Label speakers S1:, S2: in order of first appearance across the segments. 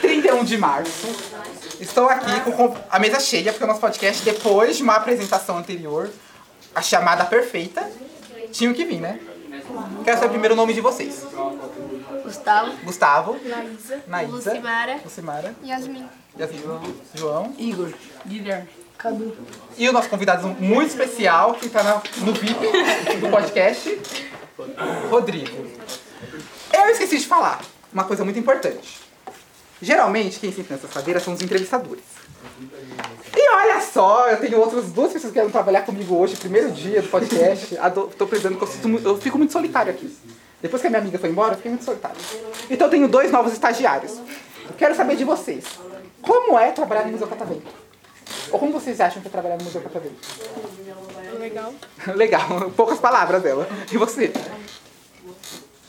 S1: 31 de março. Estou aqui com com a mesa cheia, porque o nosso podcast, depois de uma apresentação anterior, a chamada perfeita, tinha que vir, né? Quero saber primeiro o nome de vocês.
S2: Gustavo,
S1: Gustavo,
S2: Laísa,
S1: Naísa,
S2: Lucimara,
S1: Lucimara,
S2: Yasmin.
S1: Yasmin, João.
S3: Igor. Guilherme. Cadu.
S1: E o nosso convidado muito especial, que está no VIP do podcast, Rodrigo. Eu esqueci de falar uma coisa muito importante. Geralmente, quem senta nessas cadeiras são os entrevistadores. E olha só, eu tenho outras duas pessoas que querem trabalhar comigo hoje, primeiro dia do podcast. Ado- Tô precisando, que eu, sinto mu- eu fico muito solitário aqui. Depois que a minha amiga foi embora, eu fiquei muito solitário. Então eu tenho dois novos estagiários. Quero saber de vocês. Como é trabalhar no Museu Catavento? Ou como vocês acham que é trabalhar no Museu Catavento?
S2: Legal.
S1: Legal, poucas palavras dela. E você?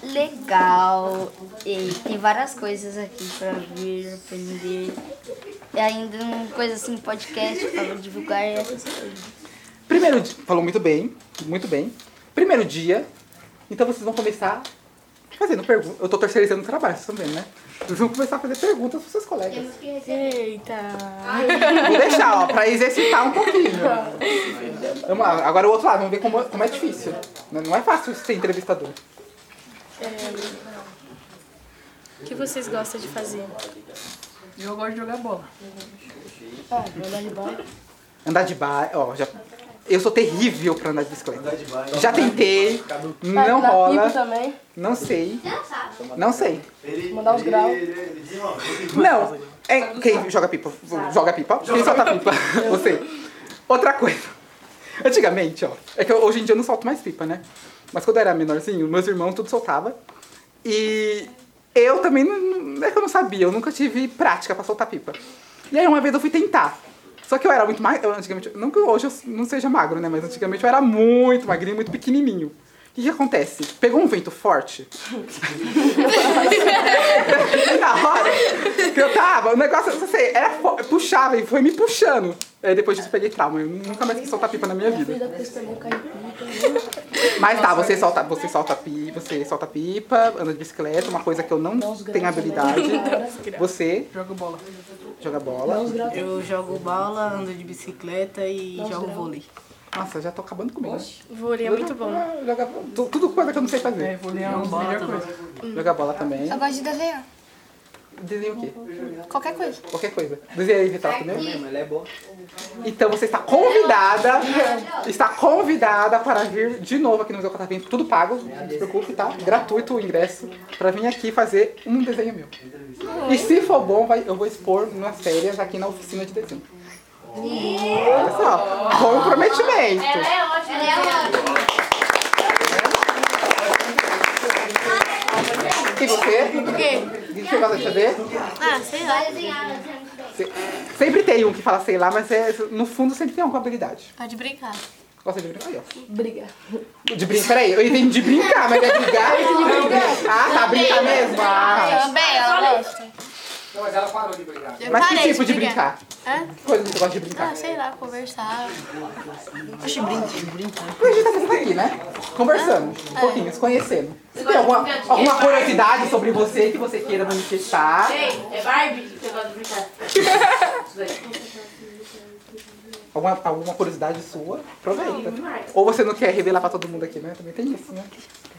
S4: Legal. E tem várias coisas aqui pra vir, aprender. E ainda uma coisa assim, podcast para divulgar essas coisas.
S1: Primeiro dia. Falou muito bem, muito bem. Primeiro dia. Então vocês vão começar fazendo perguntas. Eu tô terceirizando o trabalho, vocês estão vendo, né? Vocês vão começar a fazer perguntas pros seus colegas.
S2: Eita.
S1: Vou deixar, ó, pra exercitar um pouquinho. Vamos lá, agora o outro lado, vamos ver como, como é difícil. Não não é fácil ser entrevistador.
S2: O que vocês gostam de fazer?
S3: Eu gosto de jogar bola.
S1: Andar de bike, ó, já. Eu sou terrível pra andar de bicicleta. Já tentei, não
S5: então.
S1: rola,
S2: também.
S1: não sei, não sei.
S2: Mandar os graus.
S1: Não. É, quem joga pipa? Joga pipa? Quem solta pipa? Você. Outra coisa. Antigamente, ó. É que eu- hoje em dia eu não solto mais pipa, né? Mas quando eu era menorzinho, meus irmãos tudo soltava. E eu também não- não. É que eu não sabia, eu nunca tive prática pra soltar pipa. E aí uma vez eu fui tentar. Só que eu era muito magro. Antigamente. Não que hoje eu não seja magro, né? Mas antigamente eu era muito magrinho, muito pequenininho. O que, que acontece? Pegou um vento forte, na hora que eu tava, o negócio, eu não sei, era, fo- puxava e foi me puxando. Aí depois disso eu peguei trauma, eu nunca mais quis soltar pipa na minha vida. Mas tá, você solta, você solta pipa, você solta pipa, anda de bicicleta, uma coisa que eu não tenho habilidade. Você
S3: Jogo bola.
S1: joga bola.
S3: Eu jogo bola, ando de bicicleta e jogo vôlei.
S1: Nossa, já tô acabando comigo. né?
S2: Vôlei é muito bom.
S1: Ah, Joga, tu- tudo coisa que eu não sei fazer.
S3: Vôlei é uma melhor coisa.
S1: Joga bola também.
S6: Eu gosto de desenhar.
S1: Desenha o quê?
S6: Qualquer coisa.
S1: Qualquer coisa. Desenha aí, Vital, primeiro. Então você está convidada, está convidada para vir de novo aqui no Museu Catavento, tudo pago, não se preocupe, tá? Gratuito o ingresso, para vir aqui fazer um desenho meu. E se for bom, vai- eu vou expor nas férias aqui na oficina de desenho. Olha só, comprometimento.
S2: É, é
S1: E você? O que você gosta de fazer?
S2: Ah, sei lá.
S1: Se- Sempre tem um que fala sei lá, mas é- no fundo sempre tem alguma habilidade.
S2: Pode Ah, brincar.
S1: Gosta de brincar? Aí, ó. Briga. De brincar, peraí, eu entendi de brincar, mas é brigar? Ah, tá, brincar mesmo. Ah.
S2: Também, ela gosta.
S1: Mas que
S2: Parei de
S1: tipo de
S2: brigar.
S1: brincar?
S2: Hã?
S1: Que coisa que você gosta de brincar?
S2: Ah, sei lá, conversar.
S3: Oxi, brinca, brinca.
S1: Mas a gente tá sempre aqui, né? Conversando, um pouquinho, se conhecendo. Você tem alguma, alguma curiosidade sobre você que você queira manifestar?
S7: É Barbie que você gosta de brincar.
S1: Alguma, alguma curiosidade sua? Aproveita. Ou você não quer revelar pra todo mundo aqui, né? Também tem isso, né?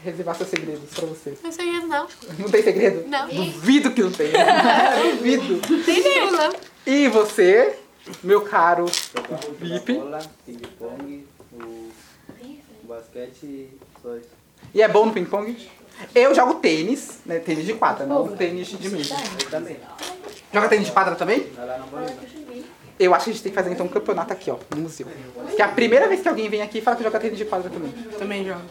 S1: Reservar seus segredos pra você.
S2: Não sei isso, não.
S1: Não tem segredo?
S2: Não.
S1: Duvido que não tenha. Duvido.
S2: Tem nenhum, não.
S1: E você, meu caro VIP.
S8: Bola, ping-pong, o basquete, só isso.
S1: E é bom no ping-pong? Eu jogo tênis, né? Tênis de quadra, não tênis de mesa.
S8: Eu também.
S1: Joga tênis de quadra também?
S8: Vai lá na boleta.
S1: Eu acho que a gente tem que fazer então um campeonato aqui, ó, no museu. Que é a primeira vez que alguém vem aqui e fala que joga tênis de quadra também.
S3: Também jogo.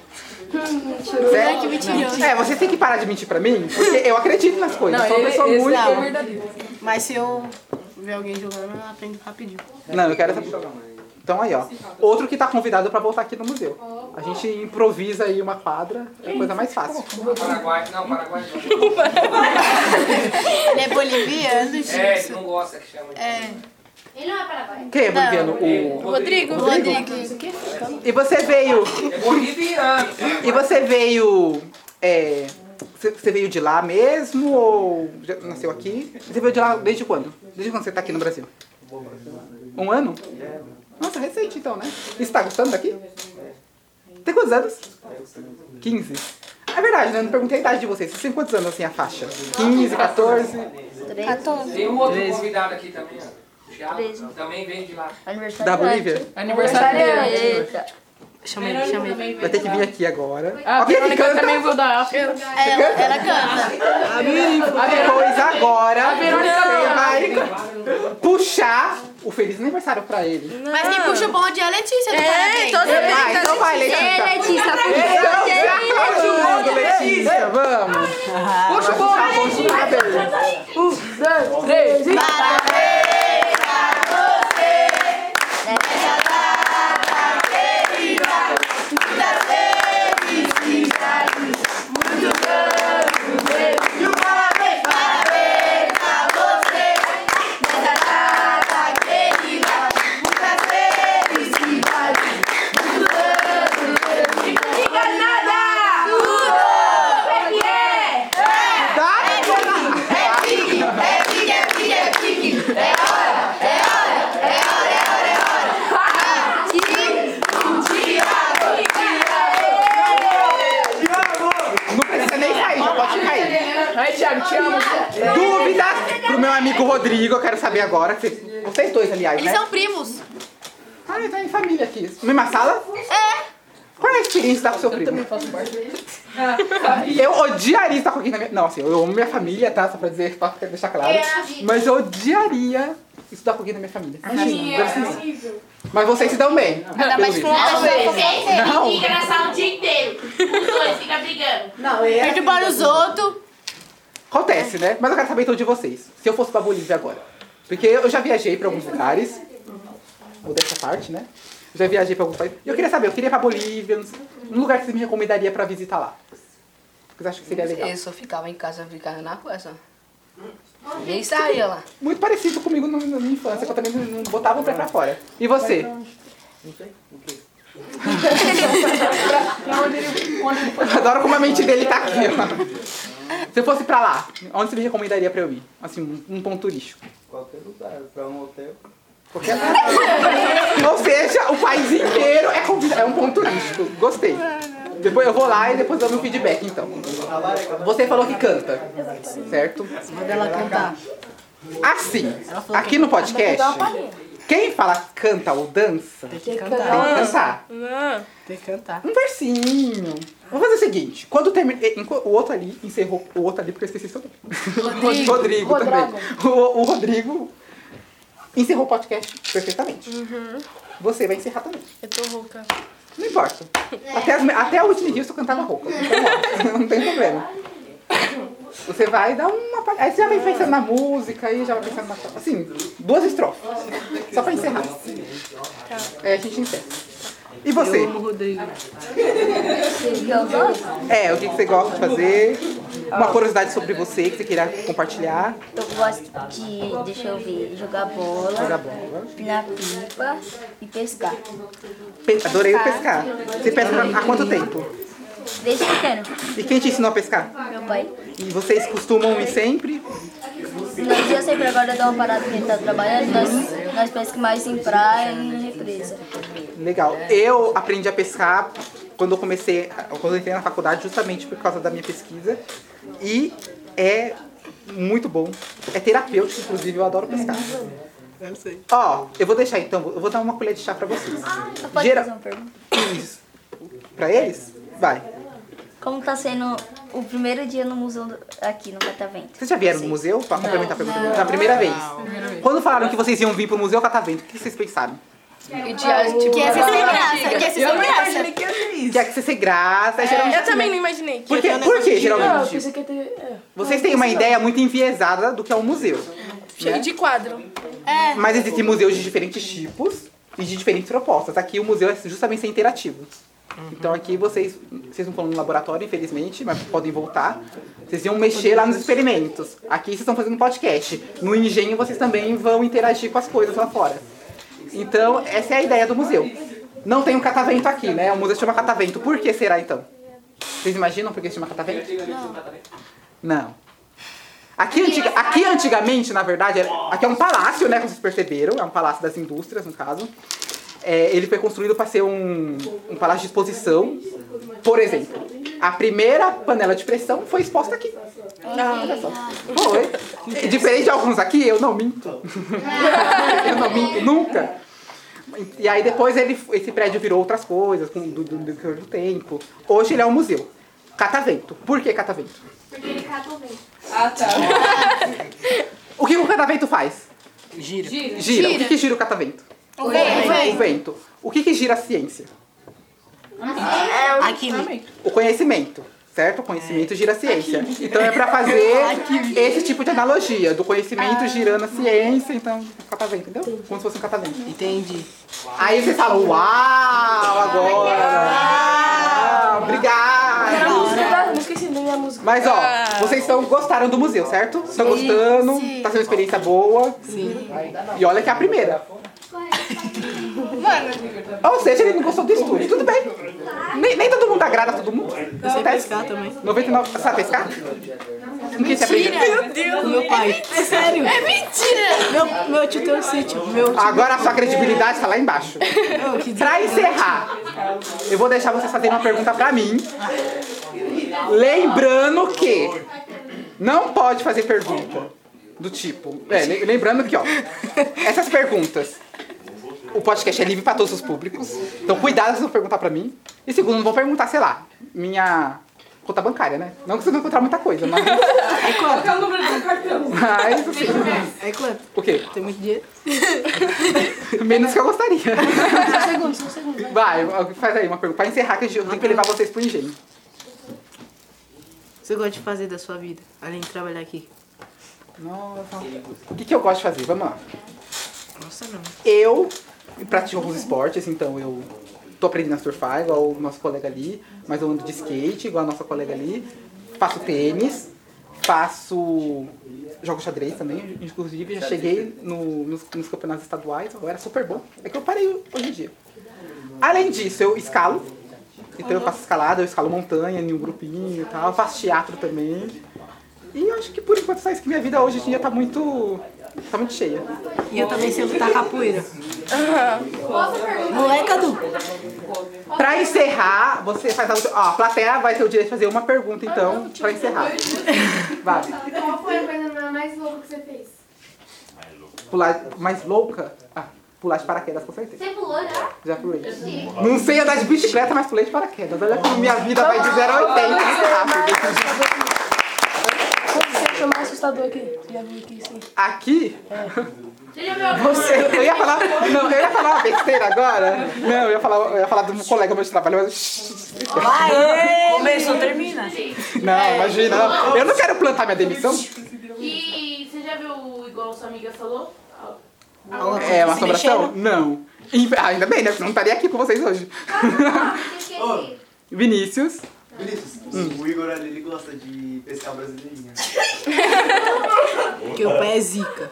S1: Sério?
S2: que mentiroso.
S1: É, vocês têm que parar de mentir pra mim, porque eu acredito nas coisas. Sou uma pessoa muito.
S3: Mas se eu ver alguém jogando, eu aprendo rapidinho.
S1: Não, eu quero essa. Então aí, ó. Outro que tá convidado pra voltar aqui no museu. A gente improvisa aí uma quadra, é a coisa mais fácil.
S9: Paraguai, não, Paraguai não.
S2: Ele é boliviano,
S9: É,
S2: gente.
S9: não gosta que chama.
S2: É.
S7: Ele não é paraguaio.
S1: Quem é boliviano? O...
S2: Rodrigo. Rodrigo.
S1: E você veio.
S9: É boliviano.
S1: E você veio. É, você- você veio de lá mesmo ou já nasceu aqui? Você veio de lá desde quando? Desde quando você tá aqui no Brasil? Um ano? Nossa, recente então, né? E você tá gostando daqui? Tem quantos anos? 15. É verdade, né? Eu Não perguntei a idade de vocês. Vocês têm quantos anos assim a faixa? 15, 14?
S4: 13.
S9: Tem um outro convidado aqui também, ó. Thiago,
S4: Treze.
S9: também vem de lá.
S4: Aniversário
S1: Da Bolívia?
S6: Aniversário dele.
S4: Eita.
S3: Chama ele, chama ele.
S1: Vai ter que vir aqui agora.
S6: A
S1: Alguém que
S6: Verônica
S1: canta?
S6: também veio da África.
S2: Ela, ela canta.
S1: Pois agora
S6: Verônica
S1: você vai puxar o feliz aniversário pra ele.
S2: Mas
S5: Ah.
S2: quem puxa o bonde é a Letícia. do Parabéns.
S1: Ah, então vai, Letícia.
S4: Letícia,
S2: é
S1: Então, vamos, Letícia, vamos. Puxa o bolo.
S6: Três.
S1: Não precisa nem cair, já pode cair.
S6: Aí, Thiago, te amo.
S1: Dúvidas pro meu amigo Rodrigo, eu quero saber agora. que vocês- Vocês dois, aliás,
S2: Eles
S1: né?
S2: são primos.
S1: Ah, ele tá em família aqui. Mesma sala? É. Qual é a experiência de estar com seu primo? Eu odiaria estar com alguém na minha... Não, assim, eu amo minha família, tá? Só pra dizer, pra deixar claro.
S7: É a vida.
S1: Mas eu odiaria estudar com alguém na minha família. Assim, Deve ser isso. Mas vocês se dão bem.
S2: Ainda mais com
S1: Pelo
S2: uma pessoa.
S7: Vocês
S1: Não.
S7: fica na sala o dia inteiro. Os dois ficam brigando.
S3: Não, é.
S2: Perturbar os outros.
S1: Acontece, né? Mas eu quero saber então de vocês. Se eu fosse pra Bolívia agora. Porque eu já viajei pra alguns lugares. Ou dessa parte, né? Já viajei pra alguns países. E eu queria saber, eu queria ir pra Bolívia. não sei- Um lugar que você me recomendaria pra visitar lá. Vocês acham que seria legal?
S3: É.
S6: Eu só ficava em casa, ficava na coisa. Nem saía lá.
S1: Muito parecido comigo no- na minha infância, que eu também não- não botava o pé pra fora. E você? Adoro como a mente dele tá aqui, ó. Se eu fosse pra lá, onde você me recomendaria pra eu ir? Assim, um- um ponto turístico.
S8: Qualquer lugar, pra um hotel.
S1: Qualquer lugar. é- Ou seja, o país inteiro é, convida- é um ponto turístico. Gostei. Depois eu vou lá e depois dou meu feedback, então. Você falou que canta, certo?
S3: Manda ela cantar.
S1: Assim, aqui no podcast, quem fala canta ou dança, tem
S3: Tem que
S1: que
S3: cantar.
S1: dançar.
S3: Tem que cantar.
S1: Um versinho. Vamos fazer o seguinte, quando termina... O outro ali encerrou... O outro ali, porque eu esqueci seu nome. Rodrigo, também. O, o Rodrigo encerrou o podcast perfeitamente. Você vai encerrar também.
S2: Eu tô rouca.
S1: Não importa. Até, as, até a última Houston eu cantava roupa. Então, ó, não tem problema. Você vai dar uma. pa- Aí você já vai pensando na música aí já vai pensando na. Assim, duas estrofes. Só pra encerrar. É, a gente encerra. E você?
S6: Rodrigo.
S1: É, o que que você gosta de fazer? Uma curiosidade sobre você que você queira compartilhar?
S4: Eu gosto de, deixa eu ver, jogar bola,
S1: Jogar bola.
S4: pinar pipa e pescar.
S1: Pe- Adorei o pescar. Você pesca há quanto tempo?
S4: Desde pequeno,
S1: E quem te ensinou a pescar?
S4: meu pai.
S1: E vocês costumam ir sempre?
S4: Nós eu sempre agora eu dou uma parada porque ele tá trabalhando, nós, nós pescamos mais em praia e em represa.
S1: Legal.
S3: É.
S1: Eu aprendi a pescar quando eu comecei, quando eu entrei na faculdade, justamente por causa da minha pesquisa. E é muito bom. É terapêutico, inclusive, eu adoro pescar.
S3: É, Eu sei.
S1: Ó, eu vou deixar então, eu vou dar uma colher de chá pra vocês.
S4: Eu posso
S1: Gera-
S4: Ah, fazer uma pergunta?
S1: Isso. Pra eles? Vai.
S4: Como tá sendo o primeiro dia no museu do- aqui no Catavento?
S1: Vocês já vieram no museu? Pra complementar a pergunta. Na primeira vez. Quando falaram que vocês iam vir pro Museu Catavento, o que vocês pensaram?
S6: E Thiago, tipo,
S2: Que essa é sem graça. Que essa é sem graça. É.
S1: Que é que você ser graça, geralmente.
S5: Eu também não imaginei que
S1: Por quê?
S5: ia ter um
S1: Por
S5: negócio
S1: quê, geralmente?
S6: que ter...
S1: é
S6: é.
S1: Vocês têm uma ideia muito enviesada do que é um museu.
S5: cheio de quadro.
S1: Mas existem museus de diferentes tipos e de diferentes propostas. Aqui o museu é justamente ser é interativo. Então aqui vocês, vocês não foram no laboratório, infelizmente, mas podem voltar. Vocês iam mexer lá nos experimentos. Aqui vocês estão fazendo podcast. No engenho vocês também vão interagir com as coisas lá fora. Então essa é a ideia do museu. Não tem um catavento aqui, né? O museu se chama catavento. Por que será então? Vocês imaginam por que se chama catavento? Não. Aqui, antiga- aqui antigamente, na verdade, era- aqui é um palácio, né? Como vocês perceberam, é um palácio das indústrias, no caso. É, ele foi construído para ser um, um palácio de exposição. Por exemplo, a primeira panela de pressão foi exposta aqui. Foi. Diferente de alguns aqui, eu não minto. eu não minto nunca. E aí depois ele, esse prédio virou outras coisas com, do, do, do, do tempo. Hoje ele é um museu. Catavento. Por que catavento?
S7: Porque ele cata o vento.
S1: O que o catavento faz?
S6: Gira.
S1: Gira. O que, que gira o catavento?
S2: O vento.
S1: O vento. O que, que gira a ciência?
S3: Aqui.
S1: O conhecimento. Certo? O conhecimento gira a ciência. Então é pra fazer esse tipo de analogia, do conhecimento girando a ciência, então catavento, entendeu? Como se fosse um catavento.
S3: Entendi.
S1: Aí vocês falam, uau, agora! Uau, obrigado!
S5: Não esqueci nem a música.
S1: Mas ó, vocês estão, gostaram do museu, certo? Estão gostando, tá sendo uma experiência boa. Sim. E olha que é a primeira. Ou seja, ele não gostou do estúdio, tudo bem. Nem, nem todo mundo agrada a todo mundo.
S3: Eu sei
S1: Acontece.
S3: pescar também.
S1: 99. Você sabe pescar? Mentira!
S3: Meu Deus. Meu pai. É sério? É mentira. Meu, meu tio tem um sítio. Meu tio.
S1: Agora a sua credibilidade tá lá embaixo.
S3: Meu, que
S1: Pra encerrar, eu vou deixar vocês fazerem uma pergunta pra mim. Lembrando que não pode fazer pergunta do tipo. É, le- lembrando que, ó, essas perguntas. O podcast é livre pra todos os públicos. Então, cuidado, vocês vão perguntar pra mim. E segundo, não vão perguntar, sei lá, minha conta bancária, né? Não que vocês vão encontrar muita coisa, mas. Mas, assim,
S3: É quanto?
S1: o quê?
S3: Tem muito dinheiro?
S1: Menos que eu gostaria. Só um segundo, só um segundo. Vai, faz aí uma pergunta. Pra encerrar, que eu tenho que levar vocês pro engenho.
S3: Você gosta de fazer da sua vida, além de trabalhar aqui?
S1: Nossa. O que, que eu gosto de fazer? Vamos lá.
S3: Nossa, não.
S1: Eu pratico alguns esportes, então eu tô aprendendo a surfar, igual o nosso colega ali, mas eu ando de skate, igual a nossa colega ali. Faço tênis, faço. jogo xadrez também, inclusive já cheguei no- nos, nos campeonatos estaduais, agora é super bom. É que eu parei hoje em dia. Além disso, eu escalo. Então eu faço escalada, eu escalo montanha em um grupinho e tal, faço teatro também. E eu acho que por enquanto só isso que minha vida hoje em dia tá muito. tá muito cheia.
S3: E eu também sei lutar capoeira. Moleca do...
S1: Pra encerrar, você faz a última. Ó, a plateia vai ter o direito de fazer uma
S7: Ah,
S1: pergunta, então, pra encerrar. Vai.
S7: Então, Qual foi a coisa mais louca que você fez?
S1: Pular mais louca? Ah, pular de paraquedas, com certeza.
S7: Você pulou né? já?
S1: Já pulei. Não sei andar de bicicleta, mas pulei de paraquedas. Olha como minha vida vai de 0 a 80 rápido.
S5: Você chamou assustador aqui. Você já viu aqui, sim.
S1: Aqui,
S7: Você já viu alguma
S1: você. Eu ia falar. Não, eu ia falar uma besteira agora. Não, eu ia falar, eu ia falar do colega meu de trabalho, mas.
S3: Começou, termina.
S1: Não, imagina. Eu não quero plantar minha demissão.
S7: E você já viu igual sua amiga falou?
S1: É uma assombração? Não. E- ah, ainda bem, né? Porque eu não estaria aqui com vocês hoje.
S7: Esqueci.
S1: Vinícius.
S8: Vinícius, o Igor ali ele gosta de pescar brasileirinha.
S3: Porque o pé é zica.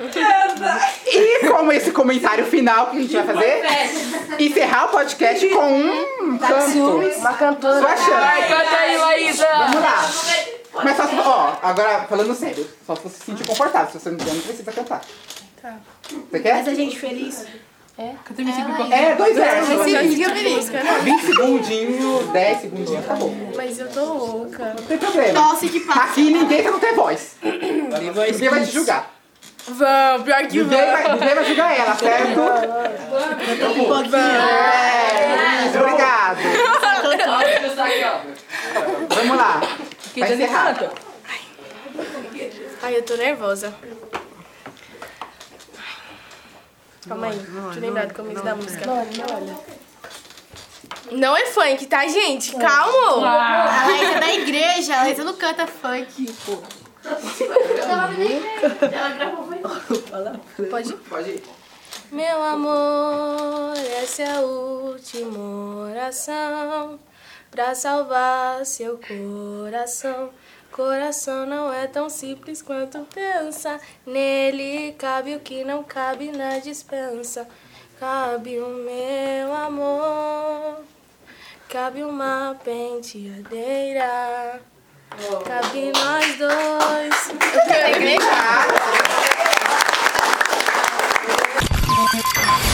S1: E como esse comentário final que a gente vai fazer, encerrar o podcast com um canto.
S5: Uma cantora.
S1: Sua chance.
S6: Canta aí, Laísa.
S1: Vamos lá. Mas só se, ó, agora falando sério, só se você se sentir confortável, se você não quiser, não precisa cantar. Você quer?
S3: gente feliz.
S1: É, dois versos.
S5: música, né?
S1: 20 segundinhos, 10 segundinhos, acabou.
S5: Mas eu tô louca.
S1: Não tem problema.
S2: Nossa, que passa.
S1: Aqui ninguém não ter voz. Ninguém vai te julgar.
S5: Vamos, pior que
S1: Ninguém
S5: vamos.
S1: vai, ninguém vai julgar ela, certo? É, isso, obrigado. Vamos lá. Vai encerrar.
S5: Ai, eu tô nervosa. Calma
S2: é,
S5: aí, deixa eu lembrar do começo da música. Não, é funk, tá, gente? Calma!
S2: A Laísa é da igreja, a Laísa não canta é funk.
S1: Pode ir.
S5: Meu amor, essa é a última oração pra salvar seu coração. Coração não é tão simples quanto pensa. Nele cabe o que não cabe na dispensa. Cabe o meu amor. Cabe uma penteadeira. Cabe nós dois.
S1: Obrigada.